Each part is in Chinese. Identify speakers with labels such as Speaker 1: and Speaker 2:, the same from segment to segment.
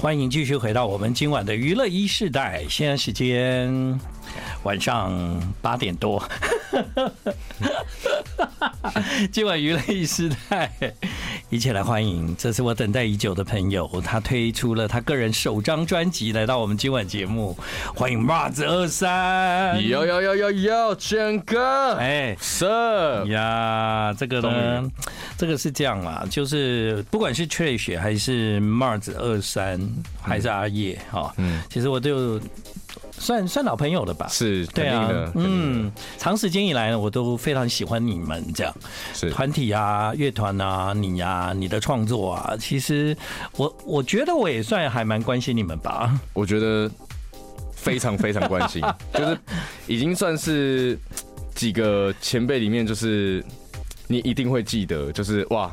Speaker 1: 欢迎继续回到我们今晚的娱乐一世代，现在时间晚上八点多。 今晚娱乐一世代，一起来欢迎，这是我等待已久的朋友，他推出了他个人首张专辑，来到我们今晚节目，欢迎 Mars 二三。
Speaker 2: 有有有有有，整哥，哎
Speaker 1: 哎，
Speaker 2: ，Sir，
Speaker 1: 呀，这个呢，这个是这样啦，就是不管是 Trish 还是 Mars 二三，还是阿叶哈，
Speaker 2: 嗯，
Speaker 1: 其实我都有算算老朋友了吧。
Speaker 2: 是，
Speaker 1: 对
Speaker 2: 肯定
Speaker 1: 啊
Speaker 2: 的，，嗯，
Speaker 1: 嗯，长时间以来呢，我都非常喜欢你们这样
Speaker 2: 是，
Speaker 1: 团体啊、乐团啊、你呀、你的创作啊。其实我我觉得我也算还蛮关心你们吧。
Speaker 2: 我觉得非常非常关 心，就是已经算是几个前辈里面，就是你一定会记得，就是哇，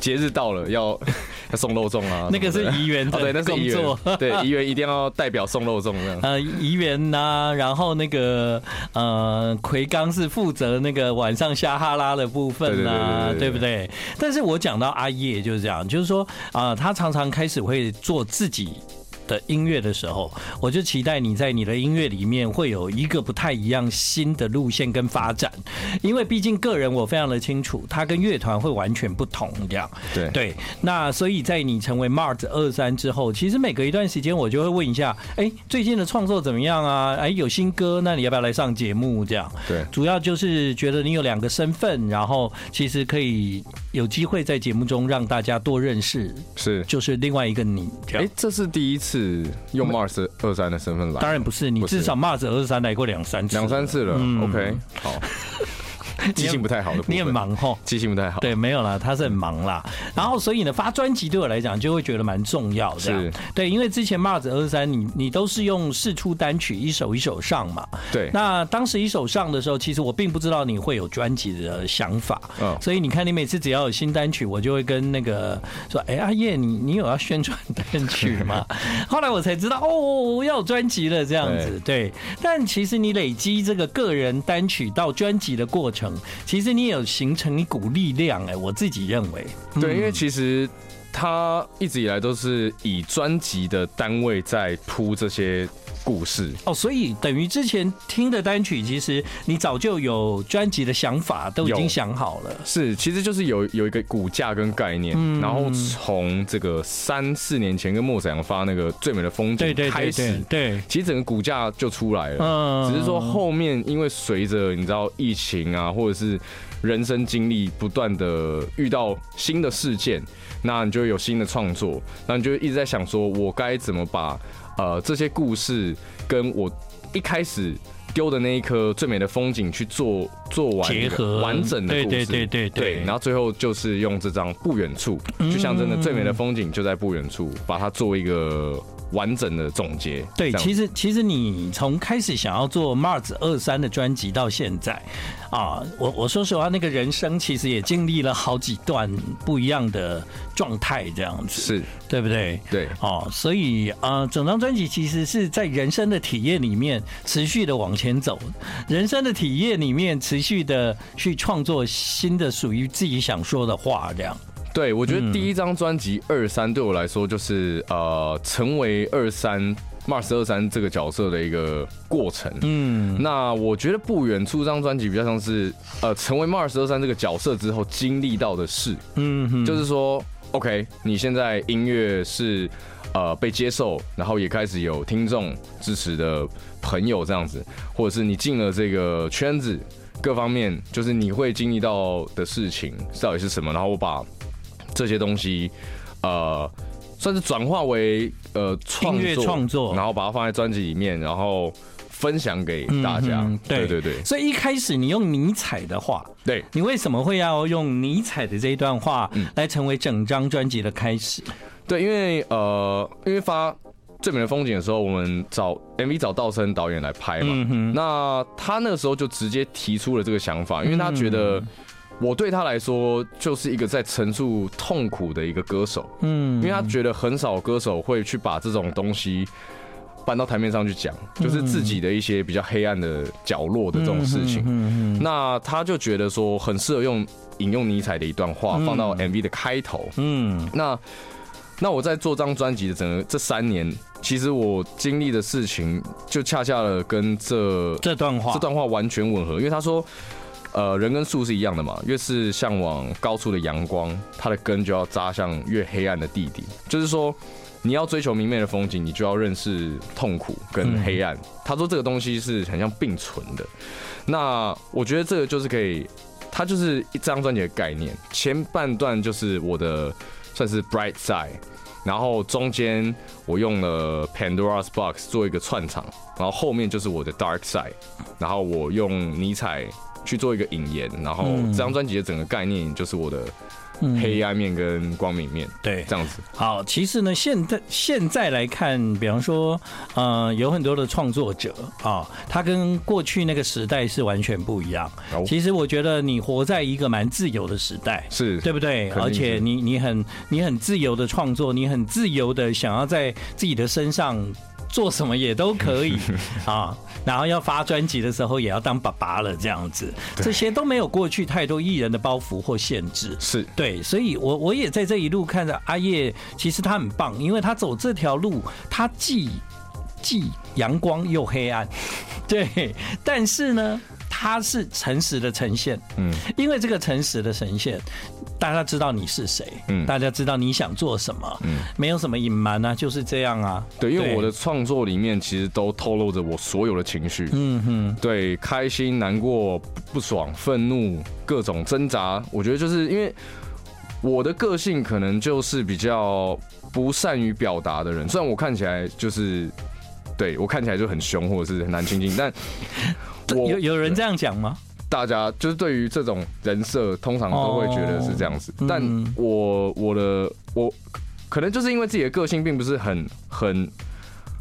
Speaker 2: 节日到了要 要送肉粽啊，
Speaker 1: 那个
Speaker 2: 什
Speaker 1: 是
Speaker 2: 么的
Speaker 1: 怡园
Speaker 2: 哦，对，
Speaker 1: 的
Speaker 2: 那是
Speaker 1: 工
Speaker 2: 怡
Speaker 1: 作，
Speaker 2: 园，对，怡园一定要代表送肉粽 这样。
Speaker 1: 呃，怡园呐，然后那个呃，奎刚是负责那个晚上瞎哈拉的部分呐、对
Speaker 2: 对对对对对
Speaker 1: 不对？但是我讲到阿叶就是这样，就是说啊、他常常开始会做自己。的音乐的时候，我就期待你在你的音乐里面会有一个不太一样新的路线跟发展，因为毕竟个人我非常的清楚，他跟乐团会完全不同这样。
Speaker 2: 对
Speaker 1: 对，那所以在你成为 Mars 二三之后，其实每隔一段时间我就会问一下，哎、最近的创作怎么样啊？哎、有新歌，那你要不要来上节目？这样，
Speaker 2: 对
Speaker 1: 主要就是觉得你有两个身份，然后其实可以有机会在节目中让大家多认识，
Speaker 2: 是，
Speaker 1: 就是另外一个你。这
Speaker 2: 哎、
Speaker 1: 样，
Speaker 2: 这是第一次用 Mars 二三的身份来，
Speaker 1: 当然不是，你
Speaker 2: 不是
Speaker 1: 至少 Mars 二三来过两三次，
Speaker 2: 两三，次了、
Speaker 1: 嗯
Speaker 2: o k 好，记性不太好的部分，
Speaker 1: 你很，忙吼。
Speaker 2: 记性不太好，
Speaker 1: 对，没有啦，他是很忙啦。然后所以呢，发专辑对我来讲就会觉得蛮重要的啊
Speaker 2: 是。
Speaker 1: 对，因为之前 Mars 二三，你你都是用试出单曲一首一首上嘛。
Speaker 2: 对，
Speaker 1: 那当时一首上的时候，其实我并不知道你会有专辑的想法，
Speaker 2: 嗯
Speaker 1: 所以你看，你每次只要有新单曲，我就会跟那个说：“哎、阿叶，你你有要宣传单曲 吗？”后来我才知道，哦，我要有专辑了这样子。对，但其实你累积这个个人单曲到专辑的过程，其实你也有形成一股力量、哎，我自己认为，
Speaker 2: 对，因为其实他一直以来都是以专辑的单位在铺这些故事，
Speaker 1: 哦，所以等于之前听的单曲，其实你早就有专辑的想法，都已经
Speaker 2: 有
Speaker 1: 想好了。
Speaker 2: 是，其实就是有有一个骨架跟概念，
Speaker 1: 嗯
Speaker 2: 然后从这个三四年前跟莫子阳发那个《最美的风景》
Speaker 1: 对对
Speaker 2: 开
Speaker 1: 对
Speaker 2: 始，
Speaker 1: 对对。
Speaker 2: 其实整个骨架就出来了。
Speaker 1: 嗯
Speaker 2: 只是说后面因为随着你知道疫情啊，或者是人生经历不断的遇到新的事件，那你就会有新的创作，那你就一直在想说，我该怎么把呃这些故事跟我一开始。丢的那一颗最美的风景去做做完一个
Speaker 1: 结合
Speaker 2: 完整的故
Speaker 1: 对对
Speaker 2: 事，
Speaker 1: 对对对
Speaker 2: 对，然后最后就是用这张不远处，就象征着最美的风景就在不远处，把它做一个完整的总结。
Speaker 1: 嗯对，
Speaker 2: 这样
Speaker 1: 其实其实你从开始想要做 Mars 二三的专辑到现在，啊，我我说实话，那个人生其实也经历了好几段不一样的状态，这样子，
Speaker 2: 是
Speaker 1: 对不对？
Speaker 2: 对，
Speaker 1: 哦，所以呃，整张专辑其实是在人生的体验里面持续的往前走，人生的体验里面持续的去创作新的属于自己想说的话，这样。
Speaker 2: 对，我觉得第一张专辑二三对我来说就是呃，成为二三 Mars 二三这个角色的一个过程。
Speaker 1: 嗯，
Speaker 2: 那我觉得不远处这张专辑比较像是呃，成为 Mars 二三这个角色之后经历到的事，
Speaker 1: 嗯哼，
Speaker 2: 就是说，OK，你现在音乐是呃被接受，然后也开始有听众支持的朋友这样子，或者是你进了这个圈子，各方面就是你会经历到的事情到底是什么，然后我把这些东西呃算是转化为呃创
Speaker 1: 音乐
Speaker 2: 作
Speaker 1: 创作
Speaker 2: 然后把它放在专辑里面，然后分享给大家。
Speaker 1: 嗯哼
Speaker 2: 对对对
Speaker 1: 所以一开始你用尼采的话，
Speaker 2: 对。
Speaker 1: 你为什么会要用尼采的这一段话
Speaker 2: 嗯
Speaker 1: 来成为整张专辑的开始？
Speaker 2: 对，因为呃，因为发《最美的风景》的时候，我们找 MV 找道生导演来拍
Speaker 1: 嗯
Speaker 2: 嘛，那他那个时候就直接提出了这个想法，因为他觉
Speaker 1: 嗯
Speaker 2: 得我对他来说就是一个在陈述痛苦的一个歌手，
Speaker 1: 嗯
Speaker 2: 因为他觉得很少歌手会去把这种东西。搬到台面上去讲，就是自己的一些比较黑暗的角落的这种事情。
Speaker 1: 嗯
Speaker 2: 那他就觉得说，很适合用引用尼采的一段话放到 MV 的开头。
Speaker 1: 嗯
Speaker 2: 那那我在做张专辑的整个这三年，其实我经历的事情就恰恰的跟这
Speaker 1: 这段话，
Speaker 2: 这段话完全吻合，因为他说，呃，人跟树是一样的嘛，越是向往高处的阳光，它的根就要扎向越黑暗的地底。就是说，你要追求明媚的风景，你就要认识痛苦跟黑暗。他说这个东西是很像并存的。那我觉得这个就是可以，它就是一张专辑的概念。前半段就是我的算是 bright side，然后中间我用了 Pandora's Box 做一个串场，然后后面就是我的 Dark Side，然后我用尼采去做一个引言，然后这张专辑的整个概念就是我的黑暗面跟光明面，
Speaker 1: 对，
Speaker 2: 这样子。
Speaker 1: 好，其实呢，现在现在来看，比方说，呃，有很多的创作者啊，他跟过去那个时代是完全不一样。
Speaker 2: 哦
Speaker 1: 其实我觉得你活在一个蛮自由的时代，
Speaker 2: 是
Speaker 1: 对不对？
Speaker 2: 肯定
Speaker 1: 而且
Speaker 2: 是
Speaker 1: 你你很你很自由的创作，你很自由的想要在自己的身上。做什么也都可 以啊，然后要发专辑的时候也要当爸爸了，这样子，这些都没有过去太多艺人的包袱或限制。
Speaker 2: 是
Speaker 1: 对，所以我我也在这一路看着阿叶，其实他很棒，因为他走这条路，他既既阳光又黑暗， 对，但是呢，他是诚实的呈现，
Speaker 2: 嗯，
Speaker 1: 因为这个诚实的呈现，大家知道你是谁，
Speaker 2: 嗯
Speaker 1: 大家知道你想做什么，嗯，没有什么隐瞒啊，就是这样啊，
Speaker 2: 对，因为我的创作里面其实都透露着我所有的情绪，
Speaker 1: 嗯哼，
Speaker 2: 对，开心、难过、不不爽、愤怒，各种挣扎。我觉得就是因为我的个性可能就是比较不善于表达的人，虽然我看起来就是对我看起来就很凶或者是很难亲近， 但我
Speaker 1: 有有人这样讲吗？
Speaker 2: 大家就是对于这种人设，通常都会觉得是这样子。
Speaker 1: 哦
Speaker 2: 但
Speaker 1: 嗯
Speaker 2: 我我的我可能就是因为自己的个性并不是很很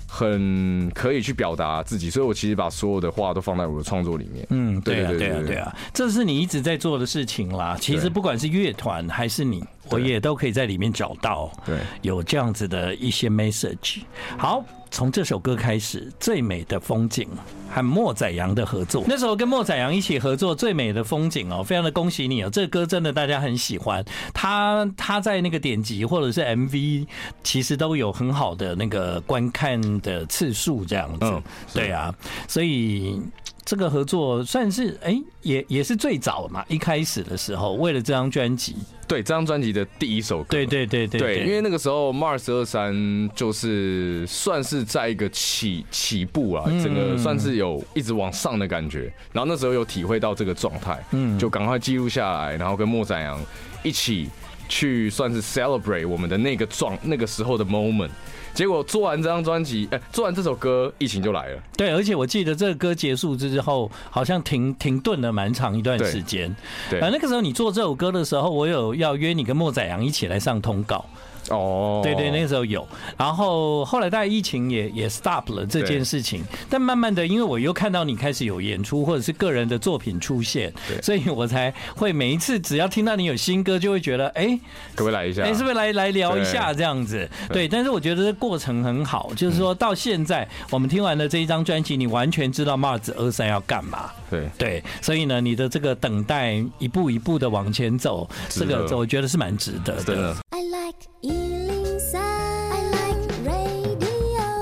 Speaker 2: 很可以去表达自己，所以我其实把所有的话都放在我的创作里面。
Speaker 1: 嗯，对啊，
Speaker 2: 对对
Speaker 1: 对啊
Speaker 2: 对，
Speaker 1: 对啊，这是你一直在做的事情啦。其实
Speaker 2: 对
Speaker 1: 不管是乐团还是你，我
Speaker 2: 对
Speaker 1: 也都可以在里面找到
Speaker 2: 对
Speaker 1: 有这样子的一些 message。好，从这首歌开始，《最美的风景》和莫宰阳的合作。那时候跟莫宰阳一起合作，《最美的风景》哦，非常的恭喜你哦，这个歌真的大家很喜欢。他他在那个典籍或者是 MV，其实都有很好的那个观看的次数这样子。
Speaker 2: 嗯
Speaker 1: 对啊，所以。这个合作算是哎、也也是最早嘛，一开始的时候，为了这张专辑，
Speaker 2: 对，这张专辑的第一首歌。
Speaker 1: 对对对对
Speaker 2: 对，因为那个时候 Mars 二三就是算是在一个起起步啊，
Speaker 1: 嗯
Speaker 2: 整个算是有一直往上的感觉。然后那时候有体会到这个状态，嗯，就赶快记录下来，然后跟莫宰阳一起去算是 celebrate 我们的那个状那个时候的 moment。结果做完这张专辑，哎、做完这首歌，疫情就来了。
Speaker 1: 对，而且我记得这个歌结束之后，好像停停顿了蛮长一段时间。
Speaker 2: 对
Speaker 1: 呃，那个时候你做这首歌的时候，我有要约你跟莫宰阳一起来上通告。
Speaker 2: 哦，
Speaker 1: 对对，那个时候有。然后后来大概疫情也也 stop 了这件事情，但慢慢的，因为我又看到你开始有演出或者是个人的作品出现，
Speaker 2: 对
Speaker 1: 所以我才会每一次只要听到你有新歌，就会觉得哎。
Speaker 2: 可不可以来一下？
Speaker 1: 哎、是不是来来聊一下
Speaker 2: 啊对
Speaker 1: 这样子？对，但是我觉得这过程很好，就是说到现在，我们听完了这一张专辑，你完全知道 Mars 二三要干嘛。
Speaker 2: 对，
Speaker 1: 对，所以呢，你的这个等待一步一步的往前走，这
Speaker 2: 值得
Speaker 1: 个我觉得是蛮值得
Speaker 2: 真的
Speaker 1: 的。。
Speaker 3: I like Ealing Sound. I like radio.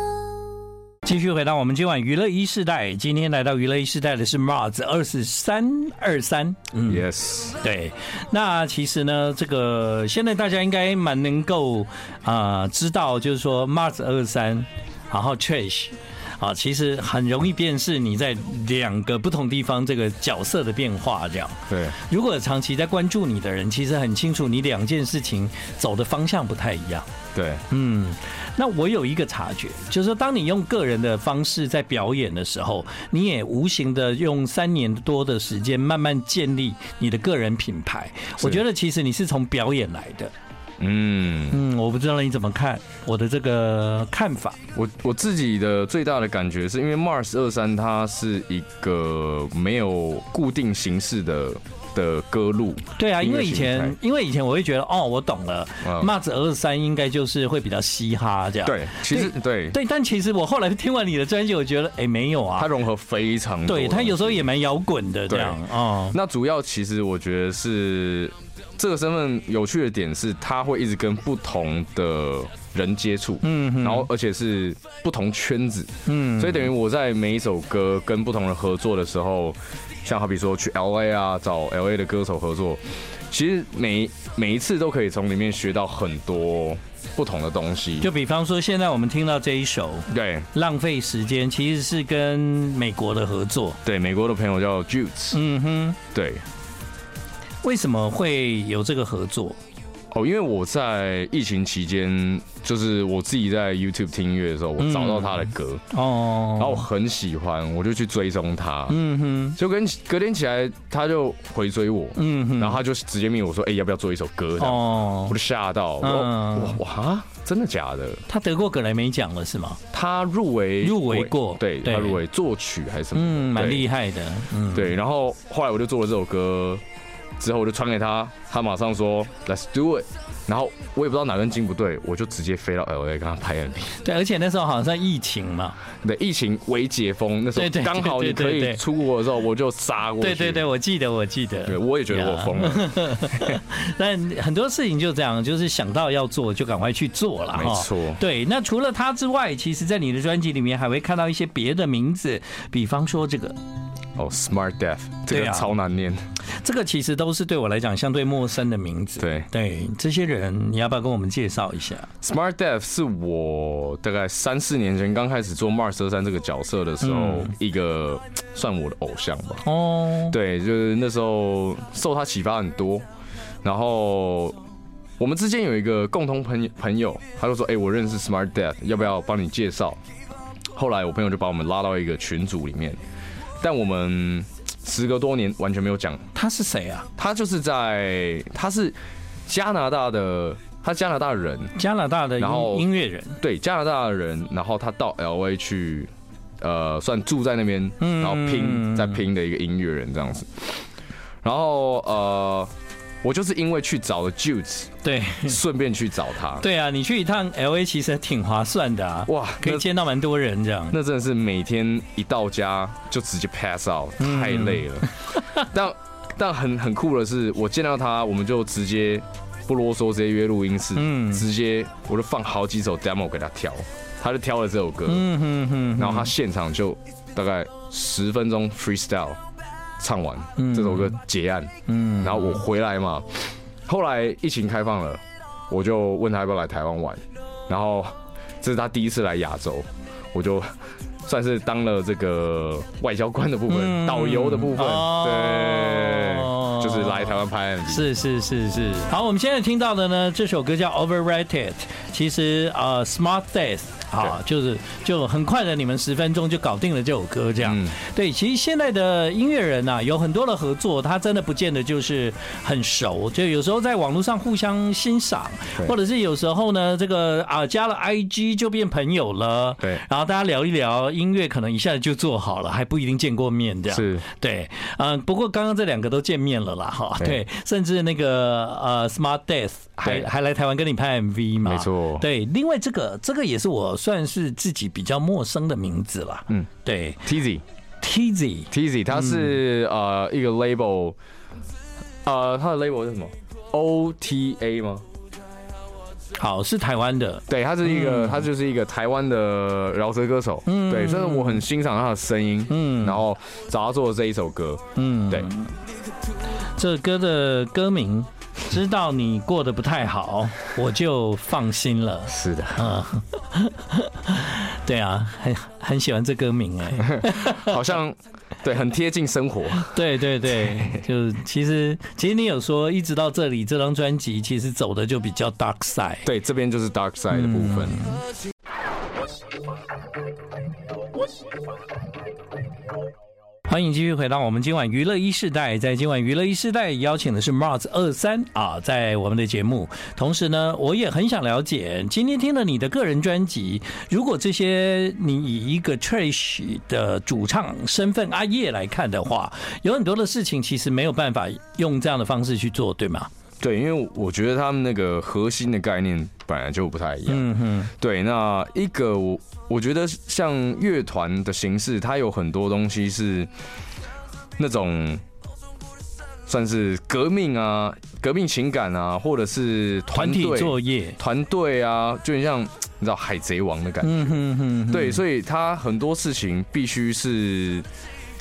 Speaker 1: 继续回到我们今晚娱乐一世代，今天来到娱乐一世代的是 Mars 二十三二三，嗯
Speaker 2: Yes，
Speaker 1: 对，那其实呢，这个现在大家应该蛮能够啊、呃知道，就是说 Mars 二三，然后 Trash。啊，其实很容易辨识你在两个不同地方这个角色的变化。这样，
Speaker 2: 对，
Speaker 1: 如果长期在关注你的人，其实很清楚你两件事情走的方向不太一样。
Speaker 2: 对，
Speaker 1: 嗯，那我有一个察觉，就是说，当你用个人的方式在表演的时候，你也无形的用三年多的时间慢慢建立你的个人品牌。我觉得其实你是从表演来的。
Speaker 2: 嗯。
Speaker 1: 嗯，我不知道你怎么看我的这个看法。
Speaker 2: 我我自己的最大的感觉是因为 Mars 二三它是一个没有固定形式的的歌路，
Speaker 1: 对啊，因为以
Speaker 2: 音乐
Speaker 1: 前
Speaker 2: 形态
Speaker 1: 因为以前我会觉得哦，我懂了
Speaker 2: 嗯
Speaker 1: ，Mars 二三应该就是会比较嘻哈这样。
Speaker 2: 对，其实对
Speaker 1: 对，但其实我后来听完你的专辑，我觉得哎没有
Speaker 2: 它
Speaker 1: 啊，
Speaker 2: 融合非常多，
Speaker 1: 对他有时候也蛮摇滚的这
Speaker 2: 对
Speaker 1: 样哦。
Speaker 2: 那主要其实我觉得是这个身份有趣的点是，他会一直跟不同的人接触，
Speaker 1: 嗯哼
Speaker 2: 然后而且是不同圈子，
Speaker 1: 嗯，
Speaker 2: 所以等于我在每一首歌跟不同人合作的时候，像好比说去 L A 啊，找 L A 的歌手合作，其实每每一次都可以从里面学到很多不同的东西。
Speaker 1: 就比方说，现在我们听到这一首
Speaker 2: 对
Speaker 1: 《浪费时间》，其实是跟美国的合作。
Speaker 2: 对，美国的朋友叫 Jutes，、
Speaker 1: 嗯哼，
Speaker 2: 对
Speaker 1: 为什么会有这个合作？
Speaker 2: 哦，因为我在疫情期间，就是我自己在 YouTube 听音乐的时候，我找到他的歌，
Speaker 1: 哦，
Speaker 2: 然后我很喜欢，我就去追踪他，
Speaker 1: 嗯哼，
Speaker 2: 就跟隔天起来他就回追我，
Speaker 1: 嗯哼，
Speaker 2: 然后他就直接命我说，哎、要不要做一首歌？这样
Speaker 1: 哦
Speaker 2: 我就，吓到，我
Speaker 1: 嗯
Speaker 2: 说哇哇，真的假的？
Speaker 1: 他得过格莱美奖了是吗？
Speaker 2: 他入围
Speaker 1: 入围过
Speaker 2: 对，
Speaker 1: 对
Speaker 2: 他入围作曲还是什么？
Speaker 1: 嗯，蛮厉
Speaker 2: 害。
Speaker 1: 害的。嗯，
Speaker 2: 对，然后后来我就做了这首歌，之后我就传给他，他马上说 Let's do it。然后我也不知道哪根筋不对，我就直接飞到 L A 跟他拍 MV。
Speaker 1: 对，而且那时候好像疫情嘛，
Speaker 2: 对，疫情未解封那时候
Speaker 1: 对对，对
Speaker 2: 刚好你可
Speaker 1: 对对
Speaker 2: 以
Speaker 1: 对
Speaker 2: 出国的时候，我就杀过去。
Speaker 1: 对对对，，我记得，我记得。
Speaker 2: 对我也觉得我疯了，
Speaker 1: 但很多事情就这样，就是想到要做就赶快去做了。哈
Speaker 2: 没错
Speaker 1: 对。那除了他之外，其实在你的专辑里面还会看到一些别的名字，比方说这个，
Speaker 2: 哦，Smart Death 这
Speaker 1: 对
Speaker 2: 个
Speaker 1: 啊
Speaker 2: 超难念。
Speaker 1: 这个其实都是对我来讲相对陌生的名字。
Speaker 2: 对
Speaker 1: 对，这些人你要不要跟我们介绍一下？
Speaker 2: Smart Death 是我大概三四年前刚开始做 Mars 二三这个角色的时候，
Speaker 1: 嗯
Speaker 2: 一个算我的偶像吧。
Speaker 1: 哦，
Speaker 2: 对，就是那时候受他启发很多，然后我们之间有一个共同朋友朋友，他就说：“哎、我认识 Smart Death，要不要帮你介绍？”后来我朋友就把我们拉到一个群组里面，但我们时隔多年完全没有讲
Speaker 1: 他是谁啊？
Speaker 2: 他就是在他是加拿大的，他加拿大人，
Speaker 1: 加拿大的
Speaker 2: 然后
Speaker 1: 音音乐人。
Speaker 2: 对加拿大的人，然后他到 L A 去，呃，算住在那边，
Speaker 1: 嗯
Speaker 2: 然后拼在拼的一个音乐人这样子。然后呃，我就是因为去找了 Jules，
Speaker 1: 对
Speaker 2: 顺便去找他。
Speaker 1: 对啊，你去一趟 L A 其实挺划算的啊，
Speaker 2: 哇
Speaker 1: 可以
Speaker 2: 那
Speaker 1: 见到蛮多人这样。
Speaker 2: 那真的是每天一到家就直接 pass out，太
Speaker 1: 嗯
Speaker 2: 累了。但但很很酷的是，我见到他，我们就直接不啰嗦，直接约录音室，
Speaker 1: 嗯
Speaker 2: 直接我就放好几首 demo 给他挑，他就挑了这首歌，
Speaker 1: 嗯哼哼，
Speaker 2: 然后他现场就大概十分钟 freestyle 唱完、
Speaker 1: 嗯
Speaker 2: 这首歌结案，
Speaker 1: 嗯
Speaker 2: 然后我回来嘛，后来疫情开放了，我就问他要不要来台湾玩，然后这是他第一次来亚洲，我就算是当了这个外交官的部分、
Speaker 1: 嗯
Speaker 2: 导游的部分，
Speaker 1: 哦
Speaker 2: 对，就是来台湾拍 MV。
Speaker 1: 是是是是，好，我们现在听到的呢，这首歌叫《Overrated》，其实呃，Smart Death 啊，就是就很快的，你们十分钟就搞定了这首歌，这样。
Speaker 2: 嗯
Speaker 1: 对，其实现在的音乐人呐、啊有很多的合作，他真的不见得就是很熟，就有时候在网络上互相欣赏，
Speaker 2: 对
Speaker 1: 或者是有时候呢，这个啊加了 IG 就变朋友了，
Speaker 2: 对
Speaker 1: 然后大家聊一聊音乐，可能一下子就做好了，还不一定见过面，这样。
Speaker 2: 是
Speaker 1: 对，嗯、不过刚刚这两个都见面了啦，哈，
Speaker 2: 对
Speaker 1: 对，甚至那个呃，Smart Death 还
Speaker 2: 对
Speaker 1: 还来台湾跟你拍 MV 嘛，
Speaker 2: 没错
Speaker 1: 对，另外这个这个也是我算是自己比较陌生的名字啦，
Speaker 2: 嗯，
Speaker 1: 对
Speaker 2: Tizzy
Speaker 1: ，Tizzy，
Speaker 2: Tizzy，他
Speaker 1: 嗯
Speaker 2: 是、呃一个 label，呃他的 label 是什么？OTA 吗？
Speaker 1: 好，是台湾的，
Speaker 2: 对，他是一个，他就是一个台湾的饶舌歌手，
Speaker 1: 嗯
Speaker 2: 对，所以我很欣赏他的声音，
Speaker 1: 嗯
Speaker 2: 然后找他做的这一首歌，
Speaker 1: 嗯，
Speaker 2: 对，
Speaker 1: 这歌的歌名，知道你过得不太 好，我就放心了。
Speaker 2: 是的，
Speaker 1: 对啊，很很喜欢这歌名哎、
Speaker 2: 好像对，很贴近生活，
Speaker 1: 对对对，就其实其实你有说一直到这里，这张专辑其实走的就比较 dark side。
Speaker 2: 对，这边就是 Dark Side 的部分，
Speaker 1: 嗯欢迎继续回到我们今晚娱乐一世代，在今晚娱乐一世代邀请的是 Mars 二三啊，在我们的节目。同时呢，我也很想了解，今天听了你的个人专辑，如果这些你以一个 Trash 的主唱身份阿叶来看的话，有很多的事情其实没有办法用这样的方式去做，对吗？
Speaker 2: 对，因为我觉得他们那个核心的概念本来就不太一样，
Speaker 1: 嗯哼，
Speaker 2: 对，那一个我我觉得像乐团的形式，它有很多东西是那种算是革命啊、革命情感啊，或者是团
Speaker 1: 团体
Speaker 2: 队
Speaker 1: 作业，
Speaker 2: 团队啊，就很像你知道海贼王的感觉。
Speaker 1: 嗯哼哼哼，
Speaker 2: 对，所以他很多事情必须是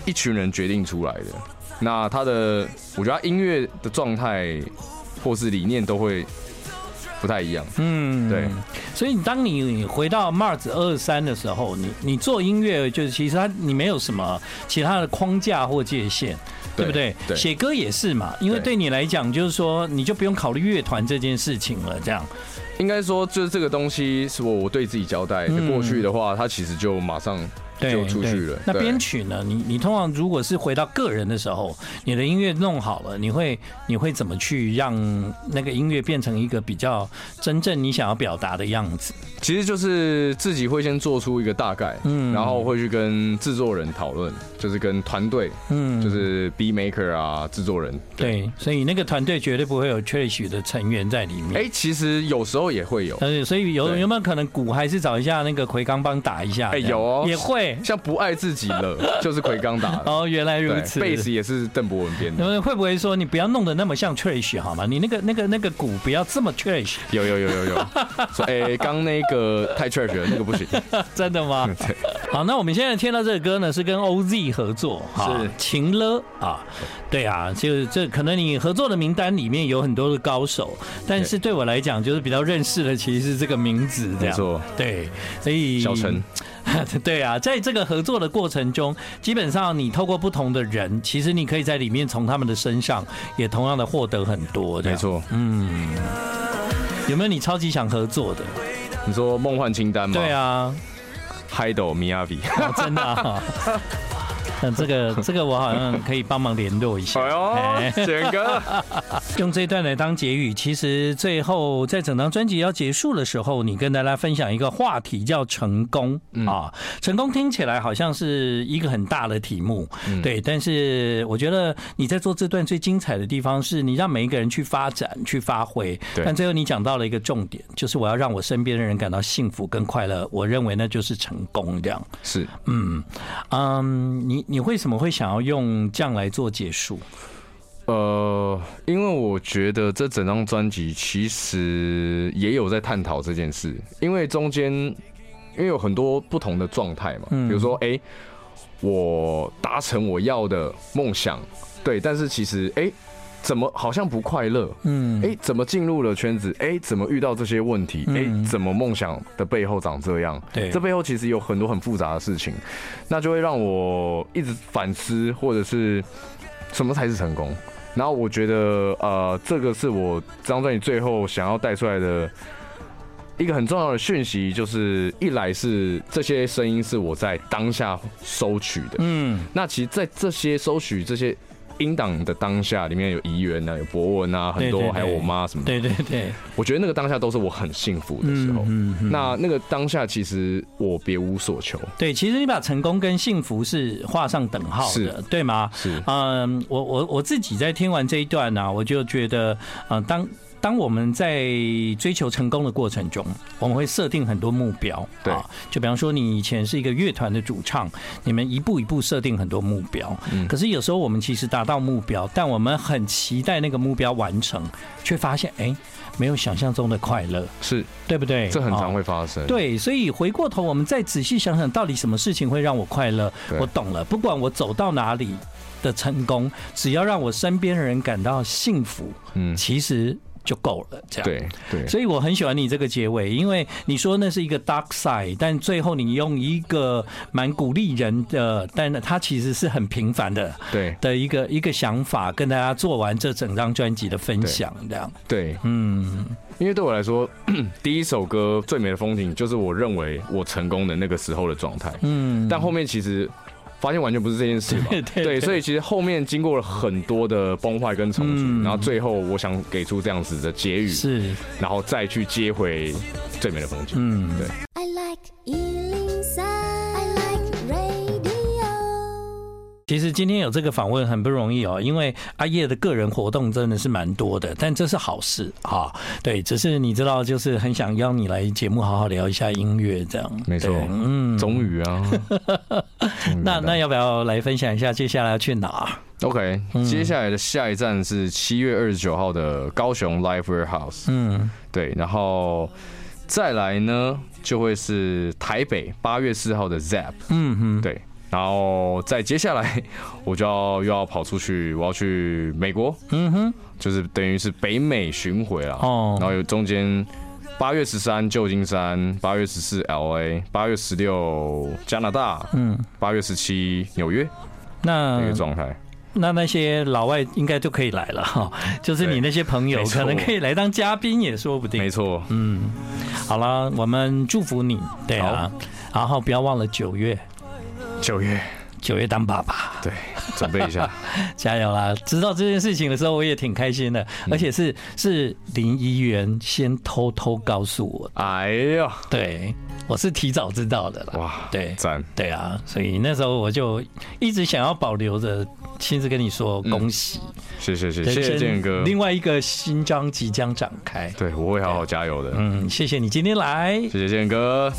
Speaker 2: 一群人决定出来的。那他的，我觉得他音乐的状态或是理念都会不太一样。
Speaker 1: 嗯
Speaker 2: 对。
Speaker 1: 所以你当你回到 Mars 二三的时候，你你做音乐就是其实它你没有什么其他的框架或界限。对不对？
Speaker 2: 对
Speaker 1: 写歌也是嘛，因为
Speaker 2: 对
Speaker 1: 对你来讲，就是说你就不用考虑乐团这件事情了，这样。
Speaker 2: 应该说，就是这个东西是我我对自己交代。
Speaker 1: 嗯
Speaker 2: 过去的话，他其实就马上
Speaker 1: 对
Speaker 2: 就出去了
Speaker 1: 对。那
Speaker 2: 对
Speaker 1: 编曲呢？你你通常如果是回到个人的时候，你的音乐弄好了，你会你会怎么去让那个音乐变成一个比较真正你想要表达的样子？
Speaker 2: 其实就是自己会先做出一个大概，
Speaker 1: 嗯
Speaker 2: 然后会去跟制作人讨论，就是跟团队，
Speaker 1: 嗯，
Speaker 2: 就是 B maker 啊，制作人。
Speaker 1: 对，所以那个团队绝对不会有 Trash 的成员在里面。
Speaker 2: 哎、其实有时候也会有，
Speaker 1: 但是，所以有
Speaker 2: 对
Speaker 1: 有没有可能鼓还是找一下那个奎刚帮打一下？这
Speaker 2: 哎
Speaker 1: 样
Speaker 2: 有哦
Speaker 1: 也会
Speaker 2: 像不爱自己了，就是奎刚打的。
Speaker 1: 嗯哦，原来如
Speaker 2: 对
Speaker 1: 此。
Speaker 2: 贝斯也是邓博文编的。
Speaker 1: 呃会不会说你不要弄得那么像 Trash 好吗？你那个那个那个鼓不要这么 Trash，
Speaker 2: 有有有有有，说哎，刚那个太 trash 了，那个不行。
Speaker 1: 真的 吗？好，那我们现在听到这个歌呢，是跟 OZ 合作，哈
Speaker 2: 是
Speaker 1: 情了啊，对啊，就是这可能你合作的名单里面有很多的高手，但是对我来讲，就是比较认识的其实是这个名字，这
Speaker 2: 没
Speaker 1: 样
Speaker 2: 错，
Speaker 1: 对，所以
Speaker 2: 小陈，
Speaker 1: 对啊，在这个合作的过程中，基本上你透过不同的人，其实你可以在里面从他们的身上也同样的获得很多，这
Speaker 2: 没
Speaker 1: 样。
Speaker 2: 错。
Speaker 1: 有没有你超级想合作的？
Speaker 2: 你说梦幻清单吗？
Speaker 1: 对啊，
Speaker 2: ，Hido Miyavi。
Speaker 1: 哦真的、啊。 那这个这个我好像可以帮忙联络一下。
Speaker 2: 哎呦，简 哥，
Speaker 1: 用这一段来当结语，其实最后在整张专辑要结束的时候，你跟大家分享一个话题叫成功、啊。成功听起来好像是一个很大的题目，对，但是我觉得你在做这段最精彩的地方是你让每一个人去发展、去发挥。
Speaker 2: 对
Speaker 1: 但最后你讲到了一个重点，就是我要让我身边的人感到幸福跟快乐，我认为那就是成功这样。
Speaker 2: 是
Speaker 1: 嗯嗯，你你为什么会想要用这样来做结束？
Speaker 2: 呃，因为我觉得这整张专辑其实也有在探讨这件事，因为中间因为有很多不同的状态嘛，
Speaker 1: 嗯
Speaker 2: 比如说哎、我达成我要的梦想，对，但是其实哎、怎么好像不快乐？
Speaker 1: 嗯
Speaker 2: 哎、怎么进入了圈子？哎、怎么遇到这些问题？哎、
Speaker 1: 嗯
Speaker 2: 怎么梦想的背后长这样？
Speaker 1: 对
Speaker 2: 这背后其实有很多很复杂的事情，那就会让我一直反思，或者是什么才是成功。然后我觉得，呃，这个是我这张专辑最后想要带出来的一个很重要的讯息，就是一来是这些声音是我在当下收取的，
Speaker 1: 嗯。
Speaker 2: 那其实，在这些收取这些音档的当下，里面有怡园啊，有博文啊，很
Speaker 1: 对对
Speaker 2: 多，
Speaker 1: 对
Speaker 2: 还有我妈什么
Speaker 1: 对
Speaker 2: 的。
Speaker 1: 对对，
Speaker 2: 我觉得那个当下都是我很幸福的时候。
Speaker 1: 嗯嗯
Speaker 2: 那那个当下，其实我别无所求。
Speaker 1: 对，其实你把成功跟幸福是画上等号的
Speaker 2: 是，
Speaker 1: 对吗？
Speaker 2: 是
Speaker 1: 嗯，我我我自己在听完这一段呢、我就觉得，嗯、当当我们在追求成功的过程中，我们会设定很多目标，啊
Speaker 2: 对
Speaker 1: 就比方说你以前是一个乐团的主唱，你们一步一步设定很多目标，
Speaker 2: 嗯
Speaker 1: 可是有时候我们其实达到目标，但我们很期待那个目标完成，却发现哎，没有想象中的快乐，
Speaker 2: 是，
Speaker 1: 对不对？
Speaker 2: 这很
Speaker 1: 哦
Speaker 2: 常会发生。，
Speaker 1: 对，所以回过头，我们再仔细想想，到底什么事情会让我快乐？
Speaker 2: 对
Speaker 1: 我懂了，不管我走到哪里的成功，只要让我身边的人感到幸福，
Speaker 2: 嗯，
Speaker 1: 其实就够了。这样。
Speaker 2: 对对，
Speaker 1: 所以我很喜欢你这个结尾，因为你说那是一个 dark side，但最后你用一个蛮鼓励人的，但它其实是很平凡的
Speaker 2: 对
Speaker 1: 的一个一个想法，跟大家做完这整张专辑的分享，这样。
Speaker 2: 对，
Speaker 1: 嗯，
Speaker 2: 因为对我来说， 第一首歌《最美的风景》就是我认为我成功的那个时候的状态。
Speaker 1: 嗯
Speaker 2: 嗯，但后面其实发现完全不是这件事嘛。
Speaker 1: 对对对
Speaker 2: 所以其实后面经过了很多的崩坏跟重组，
Speaker 1: 嗯
Speaker 2: 然后最后我想给出这样子的结语，
Speaker 1: 是，
Speaker 2: 然后再去接回最美的风景。
Speaker 1: 嗯。
Speaker 2: 对。
Speaker 3: I like Ealing Sound. I like radio.
Speaker 1: 其实今天有这个访问很不容易哦，因为阿叶的个人活动真的是蛮多的，但这是好事啊。对，只是你知道，就是很想邀你来节目好好聊一下音乐这样。
Speaker 2: 没错
Speaker 1: 对嗯，
Speaker 2: 终于啊，终于
Speaker 1: 那
Speaker 2: 到
Speaker 1: 那要不要来分享一下接下来要去哪？
Speaker 2: OK，、接
Speaker 1: 嗯
Speaker 2: 下来的下一站是七月二十九号的高雄 Live Warehouse。
Speaker 1: 嗯，
Speaker 2: 对，然后再来呢，就会是台北八月四号的 Zap，
Speaker 1: 嗯哼，
Speaker 2: 对，然后再接下来 我就要又要跑出去，我要去美国，
Speaker 1: 嗯哼，
Speaker 2: 就是等于是北美巡回了。
Speaker 1: 哦
Speaker 2: 然后有中间八月十三旧金山，八月十四 L A，八月十六加拿大，
Speaker 1: 嗯，
Speaker 2: 八月十七纽约
Speaker 1: 那
Speaker 2: 那个状态。
Speaker 1: 那那些老外应该就可以来了哈，就是你那些朋友
Speaker 2: 对没错
Speaker 1: 可能可以来当嘉宾也说不
Speaker 2: 没
Speaker 1: 定。
Speaker 2: 错，
Speaker 1: 嗯，好了，我们祝福你，对啊，然后不要忘了九月，
Speaker 2: 九月，
Speaker 1: 九月当爸爸，
Speaker 2: 对，准备一下。
Speaker 1: 加油啦！知道这件事情的时候，我也挺开心的，
Speaker 2: 嗯
Speaker 1: 而且是是林议员先偷偷告诉我的，
Speaker 2: 哎呀，
Speaker 1: 对我是提早知道的啦，
Speaker 2: 哇，
Speaker 1: 对。
Speaker 2: 赞，
Speaker 1: 对啊，所以那时候我就一直想要保留着，亲自跟你说恭喜，
Speaker 2: 谢谢嗯谢谢
Speaker 1: 人
Speaker 2: 谢
Speaker 1: 生
Speaker 2: 谢建哥。
Speaker 1: 另外一个新章即将展开。嗯
Speaker 2: 对，我会好好加油的。
Speaker 1: 嗯，谢谢你今天来。
Speaker 2: 谢谢建哥。